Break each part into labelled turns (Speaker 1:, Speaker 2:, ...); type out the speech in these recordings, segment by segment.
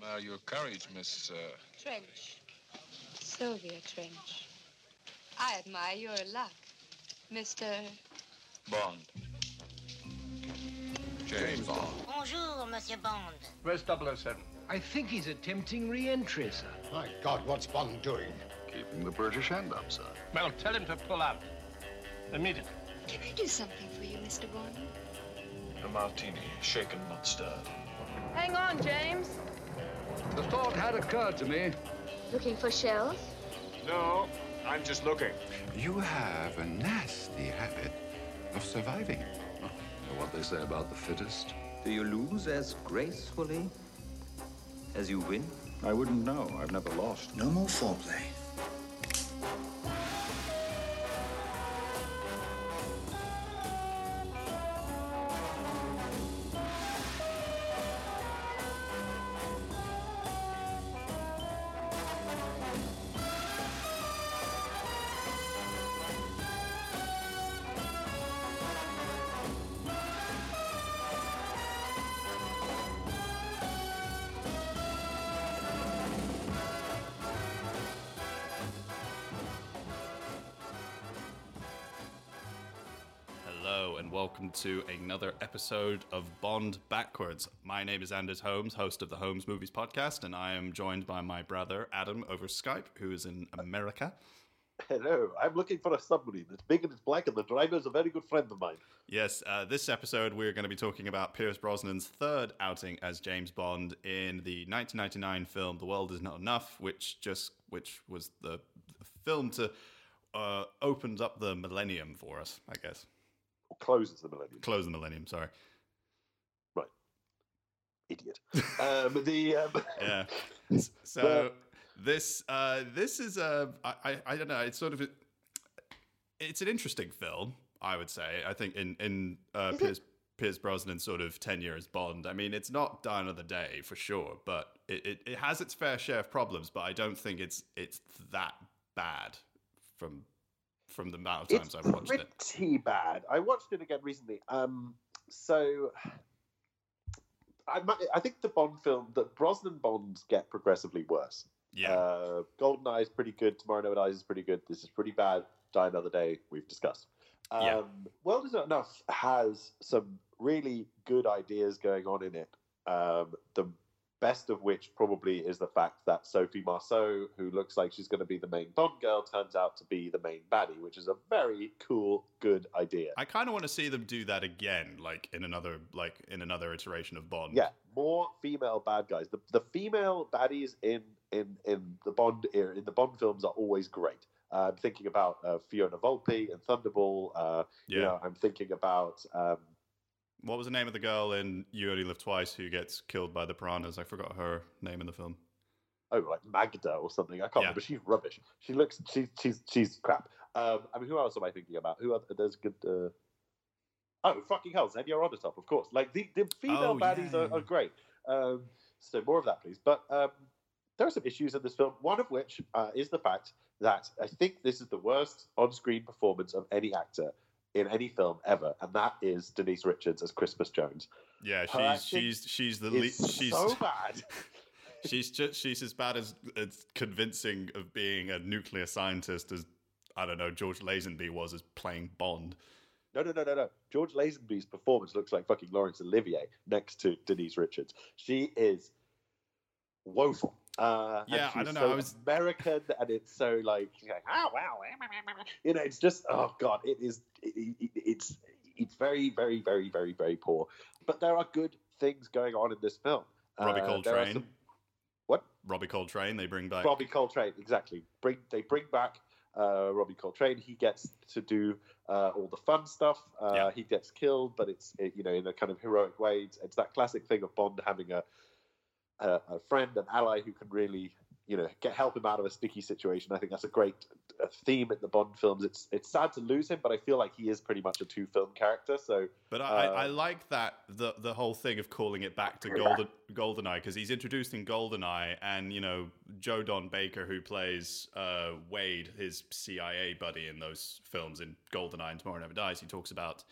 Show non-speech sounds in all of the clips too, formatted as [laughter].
Speaker 1: Now, your courage, Miss. Uh...
Speaker 2: Trench. Sylvia Trench. I admire your luck, Mr.
Speaker 1: Bond. James Bond.
Speaker 3: Bonjour, Monsieur Bond.
Speaker 4: Where's 007?
Speaker 5: I think he's attempting re-entry, sir.
Speaker 6: My God, what's Bond doing?
Speaker 7: Keeping the British hand up, sir.
Speaker 4: Well, tell him to pull out. Immediately.
Speaker 2: Can I do something for you, Mr. Bond?
Speaker 8: A martini, shaken, not stirred.
Speaker 9: Hang on, James.
Speaker 7: The thought had occurred to me.
Speaker 10: Looking for shells?
Speaker 11: No, I'm just looking.
Speaker 12: You have a nasty habit of surviving.
Speaker 7: Oh, you know what they say about the fittest?
Speaker 13: Do you lose as gracefully as you win?
Speaker 7: I wouldn't know. I've never lost.
Speaker 13: No more foreplay.
Speaker 14: welcome to another episode of Bond Backwards. My name is Anders Holmes, host of the Holmes Movies Podcast, and I am joined by my brother Adam over Skype, who is in America.
Speaker 15: Hello, I'm looking for a submarine. It's big and it's black, and the driver is a very good friend of mine.
Speaker 14: Yes, uh, this episode we're going to be talking about Pierce Brosnan's third outing as James Bond in the 1999 film The World Is Not Enough, which just which was the, the film to uh, opened up the millennium for us, I guess
Speaker 15: closes the millennium.
Speaker 14: Close the millennium. Sorry.
Speaker 15: Right. Idiot. um, the um...
Speaker 14: [laughs] yeah. So well, this uh, this is a I, I don't know. It's sort of a, it's an interesting film. I would say. I think in in
Speaker 15: Mm-hmm.
Speaker 14: uh, Piers, it? Piers Brosnan's sort of tenure as Bond. I mean, it's not Dine of the Day for sure, but it, it, it has its fair share of problems. But I don't think it's it's that bad from from the amount of times
Speaker 15: it's
Speaker 14: I've watched
Speaker 15: pretty
Speaker 14: it.
Speaker 15: Pretty bad. I watched it again recently. Um, so I, I think the Bond film, the Brosnan Bonds get progressively worse.
Speaker 14: Yeah.
Speaker 15: Uh, Golden Eye is pretty good. Tomorrow Never Dies is pretty good. This is pretty bad. Die Another Day. We've discussed. Um, yeah. World is Not Enough has some really good ideas going on in it. Um, the best of which probably is the fact that Sophie Marceau, who looks like she's going to be the main Bond girl, turns out to be the main baddie, which is a very cool, good idea.
Speaker 14: I kind of want to see them do that again, like in another, like in another iteration of Bond.
Speaker 15: Yeah, more female bad guys. The, the female baddies in in in the Bond era, in the Bond films, are always great. Uh, I'm thinking about uh, Fiona Volpe and Thunderball. Uh, yeah, you know, I'm thinking about. Um,
Speaker 14: what was the name of the girl in You Only Live Twice who gets killed by the piranhas? I forgot her name in the film.
Speaker 15: Oh, like Magda or something. I can't yeah. remember. She's rubbish. She looks. She's she's she's crap. Um, I mean, who else am I thinking about? Who are there's good. Uh... Oh fucking hell, Xenia Onatopp, of course. Like the, the female oh, baddies yeah. are, are, great. Um, so more of that, please. But um, there are some issues in this film. One of which uh, is the fact that I think this is the worst on-screen performance of any actor in any film ever, and that is Denise Richards as Christmas Jones.
Speaker 14: Yeah, she's she's she's the lead. She's
Speaker 15: so bad.
Speaker 14: [laughs] she's just she's as bad as, as convincing of being a nuclear scientist as I don't know George Lazenby was as playing Bond.
Speaker 15: No, no, no, no, no. George Lazenby's performance looks like fucking Laurence Olivier next to Denise Richards. She is woeful. Uh,
Speaker 14: yeah, I don't know.
Speaker 15: So
Speaker 14: I was
Speaker 15: American, and it's so like, like, oh wow, you know, it's just oh god, it is, it, it, it's, it's very, very, very, very, very poor. But there are good things going on in this film.
Speaker 14: Robbie uh, Coltrane.
Speaker 15: Some... What?
Speaker 14: Robbie Coltrane. They bring back
Speaker 15: Robbie Coltrane. Exactly. Bring they bring back uh, Robbie Coltrane. He gets to do uh, all the fun stuff. Uh, yeah. He gets killed, but it's it, you know in a kind of heroic way. It's, it's that classic thing of Bond having a a, friend, an ally who can really, you know, get help him out of a sticky situation. I think that's a great uh, theme in the Bond films. It's it's sad to lose him, but I feel like he is pretty much a two film character. So,
Speaker 14: but I, uh, I, I, like that the the whole thing of calling it back to yeah. Golden Goldeneye because he's introduced in Goldeneye, and you know, Joe Don Baker who plays uh, Wade, his CIA buddy in those films in Goldeneye and Tomorrow Never Dies, he talks about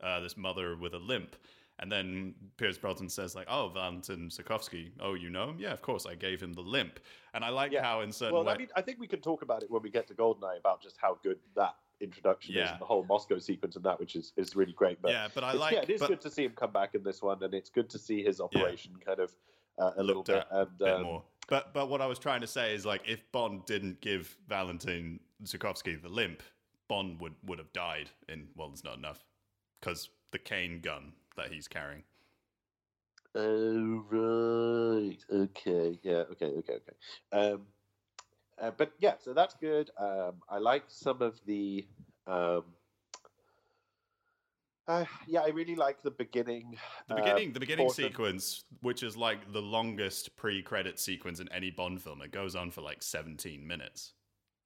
Speaker 14: uh, this mother with a limp And then Piers Brosnan says, like, oh, Valentin Zukovsky, oh, you know him? Yeah, of course, I gave him the limp. And I like how in certain
Speaker 15: Well,
Speaker 14: way-
Speaker 15: I mean, I think we can talk about it when we get to Goldeneye about just how good that introduction is
Speaker 14: Yeah.
Speaker 15: and the whole Moscow sequence and that, which is, is really great. But
Speaker 14: Yeah, but I
Speaker 15: it's-
Speaker 14: like-
Speaker 15: Yeah, it is
Speaker 14: but-
Speaker 15: good to see him come back in this one, and it's good to see his operation kind of uh, a little bit and um,
Speaker 14: more. But but what I was trying to say is like if Bond didn't give Valentin Zukovsky the limp, Bond would would have died in well, it's not enough because the cane gun that he's carrying.
Speaker 15: Oh right. Okay. Yeah. Okay. Okay. Okay. Um, uh, but yeah, so that's good. Um, I like some of the. Um, uh, yeah, I really like the beginning.
Speaker 14: The
Speaker 15: uh,
Speaker 14: beginning, the beginning
Speaker 15: portion.
Speaker 14: sequence, which is like the longest pre-credit sequence in any Bond film, it goes on for like 17 minutes.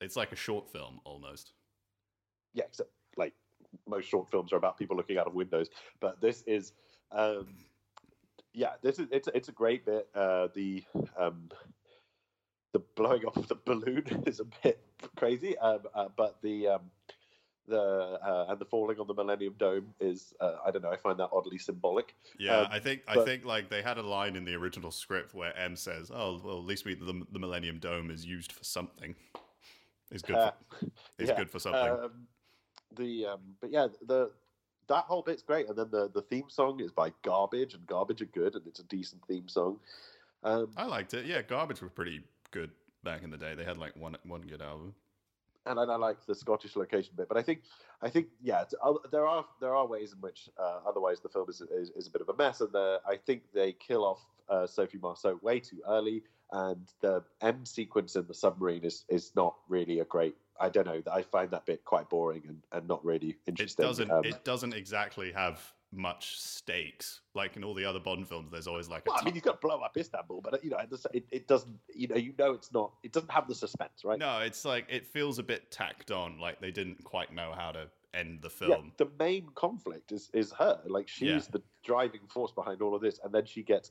Speaker 14: It's like a short film almost.
Speaker 15: Yeah, except like most short films are about people looking out of windows, but this is. Um, yeah, this is it's it's a great bit. Uh, the um, the blowing off the balloon [laughs] is a bit crazy, um, uh, but the um, the uh, and the falling on the Millennium Dome is uh, I don't know. I find that oddly symbolic.
Speaker 14: Yeah,
Speaker 15: Um,
Speaker 14: I think I
Speaker 15: but-
Speaker 14: think like they had a line in the original script where M says, "Oh, well, at least we the, the Millennium Dome is used for something. It's good.
Speaker 15: Uh,
Speaker 14: for, it's
Speaker 15: yeah,
Speaker 14: good for something."
Speaker 15: Um, the um, but yeah, the that whole bit's great, and then the the theme song is by Garbage, and Garbage are good, and it's a decent theme song. Um,
Speaker 14: I liked it. Yeah, Garbage were pretty good back in the day. They had like one one good album.
Speaker 15: and then I like the Scottish location bit. But I think, I think, yeah, it's, uh, there are there are ways in which uh, otherwise the film is, is is a bit of a mess, and the, I think they kill off uh, Sophie Marceau way too early, and the M sequence in the submarine is is not really a great. I don't know. I find that bit quite boring and, and not really
Speaker 14: It
Speaker 15: interesting.
Speaker 14: doesn't
Speaker 15: Um,
Speaker 14: it doesn't exactly have much stakes. Like in all the other Bond films, there's always like a
Speaker 15: well, I
Speaker 14: ti-
Speaker 15: mean, he's got to blow up Istanbul, but uh, you know, it, it doesn't. You know, you know, it's not. It doesn't have the suspense, right?
Speaker 14: no. It's like it feels a bit tacked on. Like they didn't quite know how to end the film.
Speaker 15: Yeah, the main conflict is is her. Like she's
Speaker 14: Yeah.
Speaker 15: the driving force behind all of this, and then she gets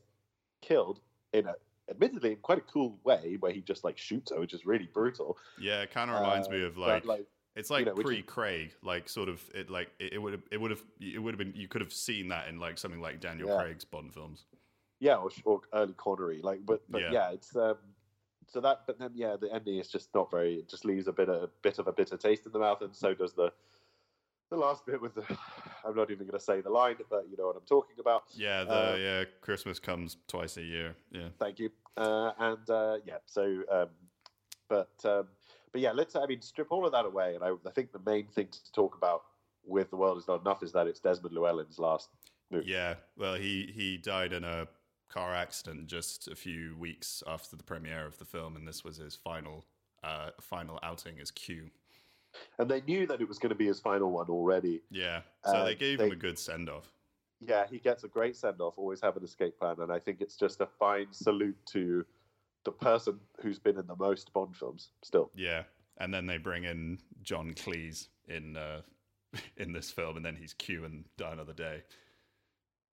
Speaker 15: killed in a admittedly in quite a cool way, where he just like shoots her, which is really brutal.
Speaker 14: Yeah, it kind of reminds
Speaker 15: Uh,
Speaker 14: me of
Speaker 15: but,
Speaker 14: like,
Speaker 15: like,
Speaker 14: it's
Speaker 15: you
Speaker 14: like
Speaker 15: know, which is-
Speaker 14: pre Craig, like sort of it like it would have it would have it would have been you could have seen that in like something like Daniel
Speaker 15: Yeah.
Speaker 14: Craig's Bond films.
Speaker 15: Yeah, or, or early Connery. Like, but but
Speaker 14: Yeah.
Speaker 15: yeah. it's um. So that, but then yeah, the ending is just not very. It just leaves a bit of a bit of a bitter taste in the mouth, and so does the the last bit with the. [sighs] I'm not even going to say the line, but you know what I'm talking about.
Speaker 14: Yeah, the
Speaker 15: Uh,
Speaker 14: yeah Christmas comes twice a year. Yeah,
Speaker 15: Thank you. Uh, and uh, yeah, so um, but um, but yeah, let's. I mean, strip all of that away, and I, I think the main thing to talk about with the world is not enough is that it's Desmond Llewellyn's last.
Speaker 14: yeah. Well, he he died in a car accident just a few weeks after the premiere of the film, and this was his final uh final outing as Q.
Speaker 15: And they knew that it was going to be his final one already.
Speaker 14: Yeah, so
Speaker 15: Uh,
Speaker 14: they gave him
Speaker 15: they-
Speaker 14: a good send off.
Speaker 15: Yeah, he gets a great send off. Always have an escape plan, and I think it's just a fine salute to the person who's been in the most Bond films. Still,
Speaker 14: Yeah, and then they bring in John Cleese in uh [laughs] in this film, and then he's Q and Die Another Day.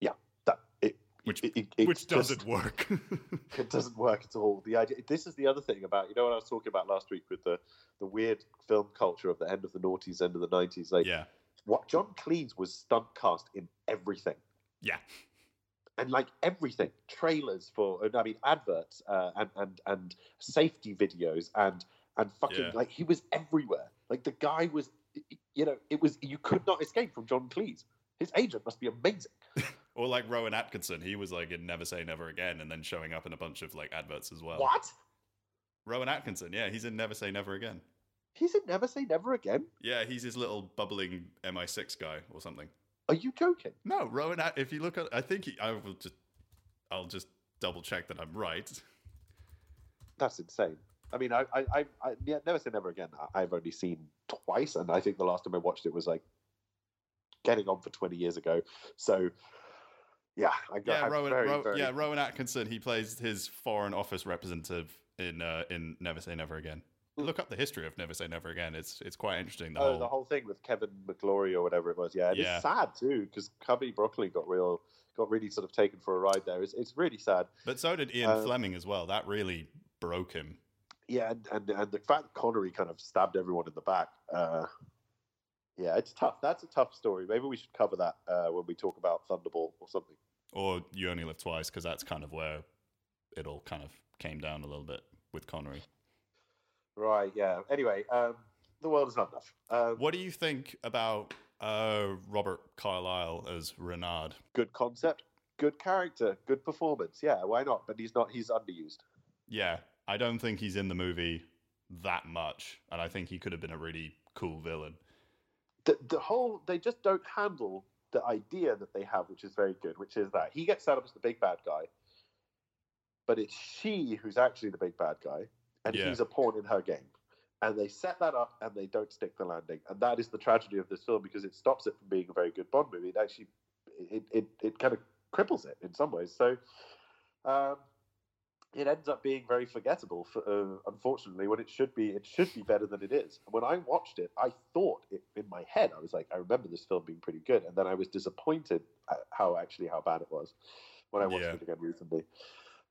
Speaker 15: yeah, that it
Speaker 14: which
Speaker 15: it
Speaker 14: which doesn't
Speaker 15: just-
Speaker 14: work. [laughs]
Speaker 15: it doesn't work at all. The idea. This is the other thing about you know what I was talking about last week with the the weird film culture of the end of the noughties, end of the nineties. Like,
Speaker 14: yeah,
Speaker 15: what John Cleese was stunt cast in everything.
Speaker 14: Yeah.
Speaker 15: And like everything, trailers for, and I mean, adverts uh, and and and safety videos and and fucking
Speaker 14: Yeah.
Speaker 15: like he was everywhere. Like the guy was, you know, it was you could not escape from John Cleese. His agent must be amazing.
Speaker 14: Or like Rowan Atkinson, he was like in Never Say Never Again, and then showing up in a bunch of like adverts as well.
Speaker 15: What?
Speaker 14: Rowan Atkinson, yeah, he's in Never Say Never Again.
Speaker 15: He's in Never Say Never Again.
Speaker 14: Yeah, he's his little bubbling MI6 guy or something.
Speaker 15: Are you joking?
Speaker 14: No, Rowan. At- if you look at, I think he, I will just, I'll just double check that I'm right.
Speaker 15: That's insane. I mean, I, I, I, I yeah, never say never again. I, I've only seen twice, and I think the last time I watched it was like getting on for twenty years ago. So, yeah, I got
Speaker 14: yeah,
Speaker 15: I'm
Speaker 14: Rowan.
Speaker 15: very,
Speaker 14: Ro-
Speaker 15: very-
Speaker 14: Yeah, Rowan Atkinson. He plays his foreign office representative in uh, in Never Say Never Again. Look up the history of Never Say Never Again. It's it's quite interesting. The
Speaker 15: Hmm. oh,
Speaker 14: whole
Speaker 15: the whole thing with Kevin McGlory or whatever it was. Yeah, and
Speaker 14: Yeah.
Speaker 15: it's sad too because Cubby Broccoli got real, got really sort of taken for a ride there. It's, it's really sad.
Speaker 14: But so did Ian
Speaker 15: Uh,
Speaker 14: Fleming as well. That really broke him.
Speaker 15: Yeah, and, and and the fact that Connery kind of stabbed everyone in the back. Uh, yeah, it's tough. That's a tough story. Maybe we should cover that uh, when we talk about Thunderball or something.
Speaker 14: Or You Only Live Twice, because that's kind of where it all kind of came down a little bit with Connery.
Speaker 15: Right, yeah. Anyway, um, the world is not enough. Um,
Speaker 14: what do you think about uh, Robert Carlyle as Renard?
Speaker 15: Good concept, good character, good performance. Yeah, why not? But he's not. He's underused.
Speaker 14: Yeah, I don't think he's in the movie that much, and I think he could have been a really cool villain.
Speaker 15: The, the whole they just don't handle the idea that they have, which is very good, which is that he gets set up as the big bad guy, but it's she who's actually the big bad guy, and
Speaker 14: Yeah.
Speaker 15: he's a pawn in her game. And they set that up, and they don't stick the landing, and that is the tragedy of this film because it stops it from being a very good Bond movie. It actually, it it, it kind of cripples it in some ways. So, um, it ends up being very forgettable. For, uh, unfortunately, when it should be, it should be better than it is. When I watched it, I thought it in my head. I was like, I remember this film being pretty good, and then I was disappointed at how actually how bad it was when I watched
Speaker 14: Yeah.
Speaker 15: it again recently.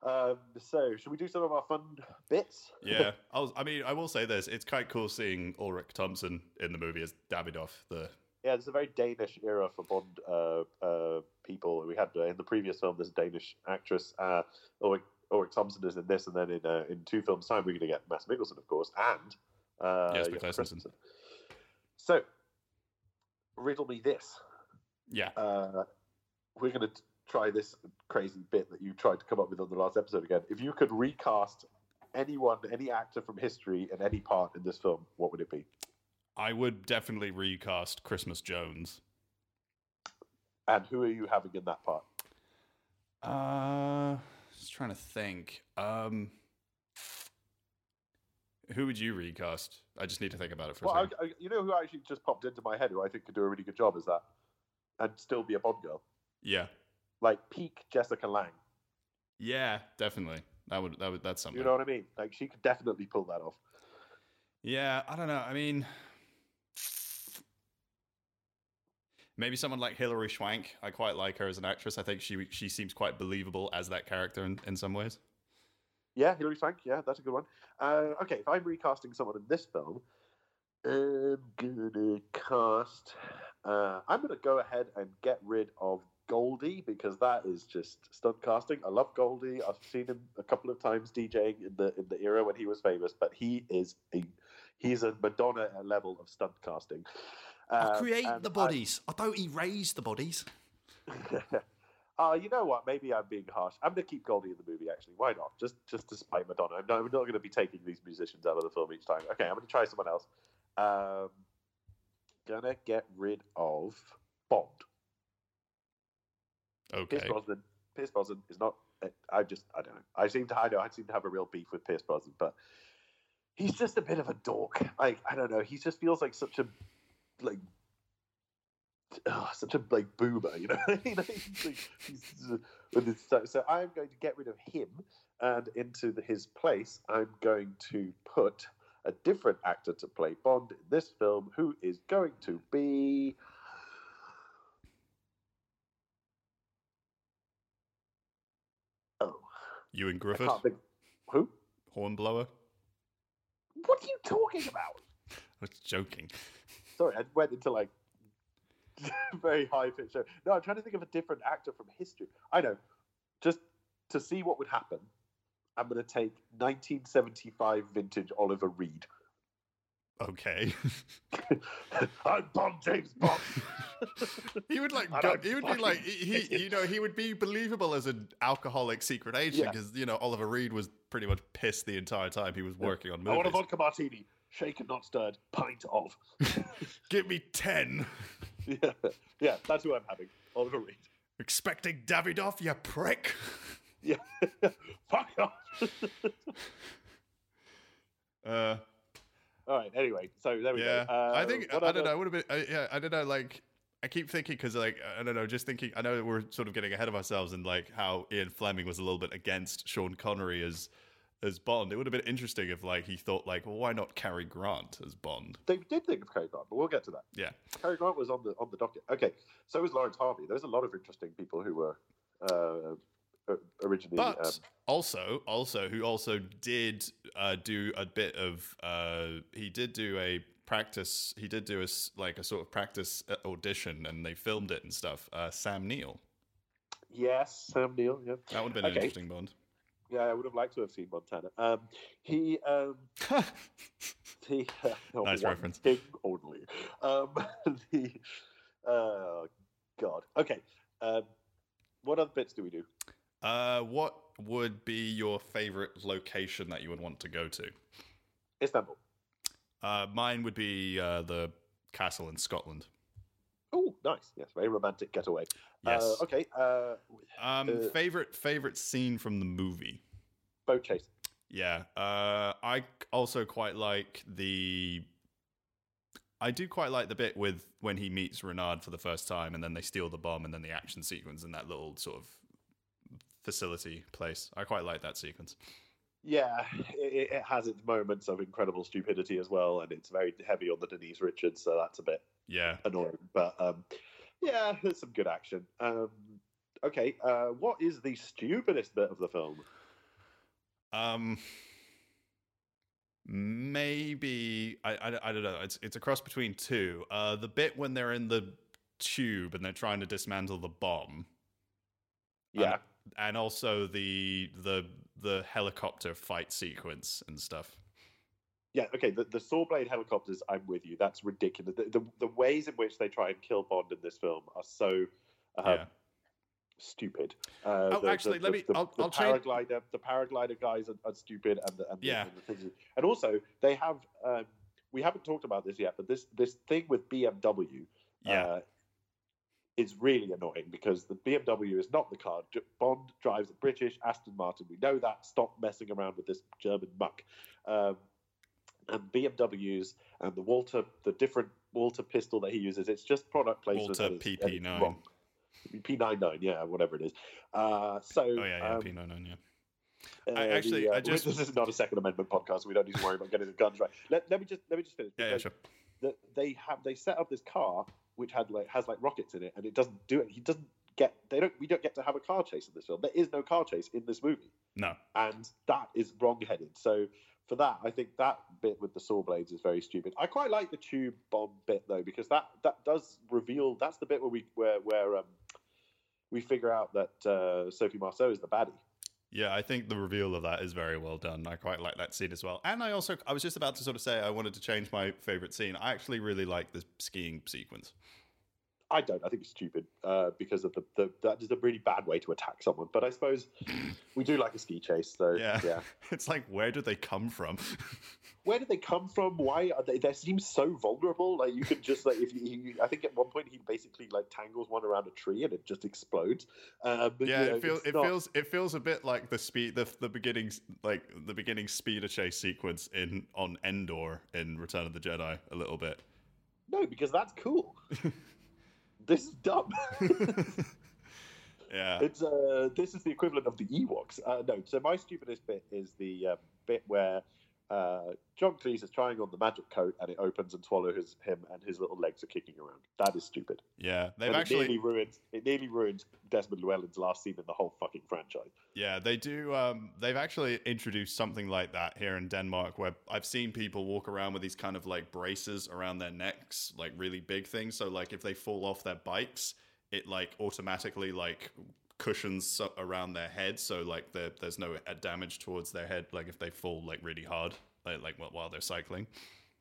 Speaker 15: Um, so, should we do some of our fun bits?
Speaker 14: Yeah, I was. I mean, I will say this: it's quite cool seeing Ulrich Thompson in the movie as Davidoff. The
Speaker 15: Yeah, there's a very Danish era for Bond uh, uh, people. We had uh, in the previous film this Danish actress, uh, Ulrik, Ulrik Thompson is in this, and then in uh, in two films' time we're going to get Mads Mikkelsen, of course, and uh,
Speaker 14: Jesper
Speaker 15: Jesper
Speaker 14: Christensen.
Speaker 15: Christensen. So, riddle me this:
Speaker 14: yeah,
Speaker 15: uh, we're going to try this crazy bit that you tried to come up with on the last episode again. If you could recast anyone, any actor from history in any part in this film, what would it be?
Speaker 14: I would definitely recast Christmas Jones.
Speaker 15: And who are you having in that part?
Speaker 14: Uh, just trying to think. Um, who would you recast? I just need to think about it for
Speaker 15: Well,
Speaker 14: a
Speaker 15: I,
Speaker 14: second.
Speaker 15: I, you know who actually just popped into my head, who I think could do a really good job, is that, and still be a Bond girl,
Speaker 14: yeah,
Speaker 15: like peak Jessica Lang.
Speaker 14: yeah, definitely. That would that would that's something.
Speaker 15: You know what I mean? Like she could definitely pull that off.
Speaker 14: Yeah, I don't know. I mean, maybe someone like Hilary Swank. I quite like her as an actress. I think she she seems quite believable as that character in, in some ways.
Speaker 15: Yeah, Hilary Swank. Yeah, that's a good one. Uh, okay, if I'm recasting someone in this film, I'm gonna cast. Uh, I'm gonna go ahead and get rid of Goldie because that is just stunt casting. I love Goldie. I've seen him a couple of times DJing in the in the era when he was famous, but he is a he's a Madonna level of stunt casting. Um, and
Speaker 14: I, don't erase the bodies.
Speaker 15: [laughs] Oh, you know what? Maybe I'm being harsh. I'm going to keep Goldie in the movie. Actually, why not? Just just to spite Madonna. I'm not, I'm not going to be taking these musicians out of the film each time. Okay, I'm going to try someone else. Um, gonna get rid of Bond.
Speaker 14: Okay.
Speaker 15: Pierce Brosnan. Pierce Brosnan is not. uh, I just I don't know. I seem to I know I seem to have a real beef with Pierce Brosnan, but he's just a bit of a dork. Like I don't know. He just feels like such a like ugh, such a like boomer. You know. [laughs] You know, he's like- he's- with his- so, so I'm going to get rid of him, and into the, his place, I'm going to put a different actor to play Bond in this film, who is going to be. Oh,
Speaker 14: Ewan
Speaker 15: I
Speaker 14: Griffith,
Speaker 15: can't think. Who?
Speaker 14: hornblower.
Speaker 15: What are you talking about?
Speaker 14: I was joking.
Speaker 15: Sorry, I went into like [laughs] very high pitch. No, I'm trying to think of a different actor from history. I know. Just to see what would happen, I'm going to take 1975 vintage Oliver Reed. [laughs]
Speaker 14: Okay. [laughs]
Speaker 15: I'm Bond, James Bond.
Speaker 14: He would like.
Speaker 15: I
Speaker 14: Go,
Speaker 15: don't
Speaker 14: he would be
Speaker 15: fucking
Speaker 14: like. He, he- you know, he would be believable as an alcoholic secret agent
Speaker 15: Yeah.
Speaker 14: because you know Oliver Reed was pretty much pissed the entire time he was [laughs] working on
Speaker 15: I want a
Speaker 14: movies.
Speaker 15: vodka martini, shaken not stirred, pint of. [laughs]
Speaker 14: Give me ten. [laughs]
Speaker 15: yeah, yeah, that's who I'm having. Oliver Reed. [laughs]
Speaker 14: Expecting Davidoff, you prick.
Speaker 15: Yeah, [laughs] fuck off. [laughs]
Speaker 14: Uh,
Speaker 15: All right. Anyway, so there we
Speaker 14: yeah,
Speaker 15: go. Uh,
Speaker 14: I think
Speaker 15: what
Speaker 14: I don't
Speaker 15: other-
Speaker 14: know. I would have been. I, yeah, I don't know. Like, I keep thinking because, like, I don't know. Just thinking. I know that we're sort of getting ahead of ourselves and like how Ian Fleming was a little bit against Sean Connery as as Bond. It would have been interesting if like he thought like, well, why not Cary Grant as Bond?
Speaker 15: They did think of Cary Grant, but we'll get to that.
Speaker 14: Yeah,
Speaker 15: Cary Grant was on the on the docket. Okay, so was Lawrence Harvey. There was a lot of interesting people who were uh, o- originally.
Speaker 14: but
Speaker 15: um,
Speaker 14: also, also who also did uh, do a bit of. Uh, he did do a practice. He did do a s- like a sort of practice uh, audition, and they filmed it and stuff. Uh, Sam Neill.
Speaker 15: Yes, Sam Neill. Yeah,
Speaker 14: that would have been an
Speaker 15: Okay.
Speaker 14: interesting Bond. [laughs]
Speaker 15: Yeah, I would have liked to have seen Montana. Um, he, um, [laughs] he, uh,
Speaker 14: Nice
Speaker 15: one
Speaker 14: reference.
Speaker 15: Thing only. Um, [laughs] the, oh God. Okay. Um, what other bits do we do?
Speaker 14: Uh, what would be your favorite location that you would want to go to?
Speaker 15: Istanbul.
Speaker 14: Uh, mine would be uh, the castle in Scotland.
Speaker 15: Oh, nice. Yes, very romantic getaway.
Speaker 14: Yes.
Speaker 15: Uh, okay. Uh,
Speaker 14: Um,
Speaker 15: uh,
Speaker 14: favorite favorite scene from the movie?
Speaker 15: Boat chase.
Speaker 14: Yeah. Uh, I also quite like the. I do quite like the bit with when he meets Renard for the first time, and then they steal the bomb, and then the action sequence in that little sort of facility place. I quite like that sequence.
Speaker 15: Yeah, it, it has its moments of incredible stupidity as well, and it's very heavy on the Denise Richards, so that's a bit
Speaker 14: Yeah.
Speaker 15: annoying. But um, yeah, there's some good action. Um, okay, uh, what is the stupidest bit of the film?
Speaker 14: Um, maybe I, I, I don't know. It's it's a cross between two. Uh, the bit when they're in the tube and they're trying to dismantle the bomb.
Speaker 15: Yeah.
Speaker 14: And, and also the the the helicopter fight sequence and stuff.
Speaker 15: Yeah, okay, the, the saw blade helicopters, I'm with you. That's ridiculous. The, the, the ways in which they try and kill Bond in this film are so um,
Speaker 14: Yeah.
Speaker 15: stupid. Uh,
Speaker 14: Oh, actually, let me-
Speaker 15: The,
Speaker 14: I'll-
Speaker 15: the
Speaker 14: I'll change-
Speaker 15: paraglider, the paraglider guys are, are stupid, and the, and, the-
Speaker 14: Yeah.
Speaker 15: and the things. And also, they have. Um, we haven't talked about this yet, but this this thing with BMW.
Speaker 14: Yeah.
Speaker 15: Uh, is really annoying because the BMW is not the car. J- Bond drives a British Aston Martin. We know that. Stop messing around with this German muck. Um, and BMWs and the Walter, the different Walter pistol that he uses, it's just product placement.
Speaker 14: Walter
Speaker 15: and it's- and it's
Speaker 14: PP9.
Speaker 15: wrong. P99, yeah, whatever it is. Uh, so,
Speaker 14: Oh yeah, yeah,
Speaker 15: um,
Speaker 14: P99, yeah.
Speaker 15: uh,
Speaker 14: I- actually,
Speaker 15: the, uh,
Speaker 14: I just-
Speaker 15: this is not a Second Amendment podcast. We don't need to worry about getting the guns right. Let, let me just let me just finish.
Speaker 14: Yeah, yeah,
Speaker 15: because
Speaker 14: sure.
Speaker 15: the- they have they set up this car which had like has like rockets in it, and it doesn't do it. He doesn't get they don't we don't get to have a car chase in this film. There is no car chase in this movie,
Speaker 14: No.
Speaker 15: and that is wrong-headed. So for that, I think that bit with the saw blades is very stupid. I quite like the tube bomb bit though because that that does reveal that's the bit where we where where um, we figure out that uh, Sophie Marceau is the baddie.
Speaker 14: Yeah, I think the reveal of that is very well done. I quite like that scene as well. And I also, I was just about to sort of say I wanted to change my favorite scene. I actually really like the skiing sequence.
Speaker 15: I don't. I think it's stupid uh, because of the, the that is a really bad way to attack someone. But I suppose we do like a ski chase, so
Speaker 14: Yeah. [laughs]
Speaker 15: yeah.
Speaker 14: It's like, where do they come from? [laughs]
Speaker 15: Where did they come from? Why are they? They seem so vulnerable. Like you could just like if you, you I think at one point he basically like tangles one around a tree and it just explodes. Um, [laughs] but,
Speaker 14: yeah,
Speaker 15: you know,
Speaker 14: it feels
Speaker 15: it's
Speaker 14: it
Speaker 15: not-
Speaker 14: feels it feels a bit like the speed the the beginning like the beginning speeder chase sequence in on Endor in Return of the Jedi a little bit. [laughs]
Speaker 15: no because that's cool. this is dumb.
Speaker 14: Yeah.
Speaker 15: [laughs] It's uh, this is the equivalent of the Ewoks. Uh, no, so my stupidest bit is the um, bit where uh, John Cleese is trying on the magic coat and it opens and swallows his, him, and his little legs are kicking around. That is stupid.
Speaker 14: yeah, they've
Speaker 15: And
Speaker 14: actually
Speaker 15: it nearly ruined it. Nearly ruined Desmond Llewellyn's last scene in the whole fucking franchise.
Speaker 14: Yeah, they do. Um, they've actually introduced something like that here in Denmark, where I've seen people walk around with these kind of like braces around their necks, like really big things. So like if they fall off their bikes, it like automatically like cushions so- around their head, so like there- there's no uh, damage towards their head. Like if they fall like really hard, like, like wh- while they're cycling.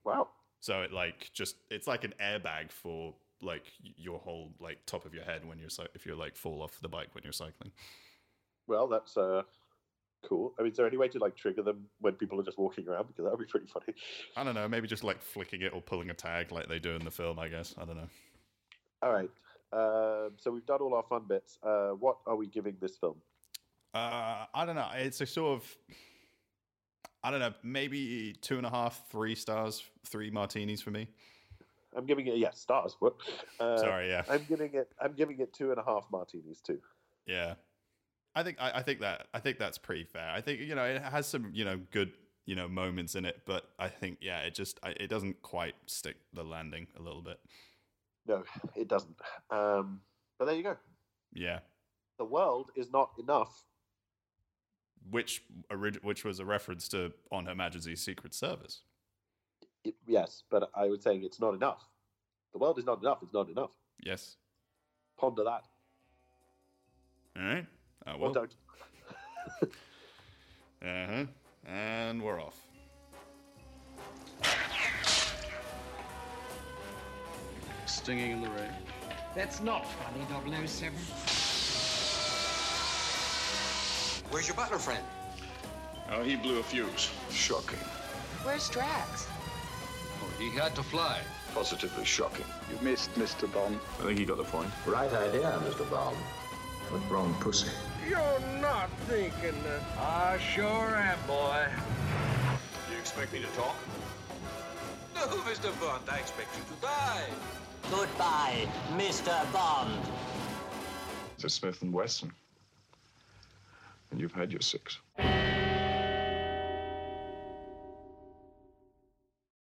Speaker 15: Wow.
Speaker 14: So it like just it's like an airbag for like y- your whole like top of your head when you're cy- if you're like fall off the bike when you're cycling.
Speaker 15: Well, that's uh, cool. I mean, is there any way to like trigger them when people are just walking around? Because that would be pretty funny. [laughs]
Speaker 14: I don't know, maybe just like flicking it or pulling a tag like they do in the film, I guess. I don't know.
Speaker 15: All right. Um, so we've done all our fun bits. Uh, what are we giving this film?
Speaker 14: Uh, I don't know. It's a sort of, I don't know, maybe two and a half, three stars, three martinis for me.
Speaker 15: I'm giving it yeah stars. What? Uh,
Speaker 14: Sorry, yeah.
Speaker 15: I'm giving it. I'm giving it two and a half martinis too.
Speaker 14: Yeah, I think I, I think that I think that's pretty fair. I think you know it has some you know good you know moments in it, but I think yeah, it just I, it doesn't quite stick the landing a little bit.
Speaker 15: No, it doesn't. Um, but there you go.
Speaker 14: Yeah,
Speaker 15: The world is not enough.
Speaker 14: which orig- which was a reference to on Her Majesty's Secret Service.
Speaker 15: It, yes, but I was saying it's not enough. The world is not enough. It's not enough.
Speaker 14: Yes.
Speaker 15: Ponder that.
Speaker 14: All right. I will.
Speaker 15: don't.
Speaker 14: Uh huh. And we're off.
Speaker 3: Stinging in the rain.
Speaker 16: That's not funny, 007.
Speaker 1: Where's your butler friend?
Speaker 17: Oh, he blew a fuse.
Speaker 1: Shocking.
Speaker 2: Where's Drax?
Speaker 1: He had to fly. Positively shocking. You missed, Mr. Bond.
Speaker 17: I think he got the point.
Speaker 1: Right idea, Mr. Bond. But wrong pussy.
Speaker 3: You're not thinking that. I sure am, boy.
Speaker 18: Do you expect me to talk?
Speaker 1: No, Mr. Bond, I expect you to die.
Speaker 19: Goodbye, Mr. Bond.
Speaker 20: It's a Smith and Wesson, and you've had your six.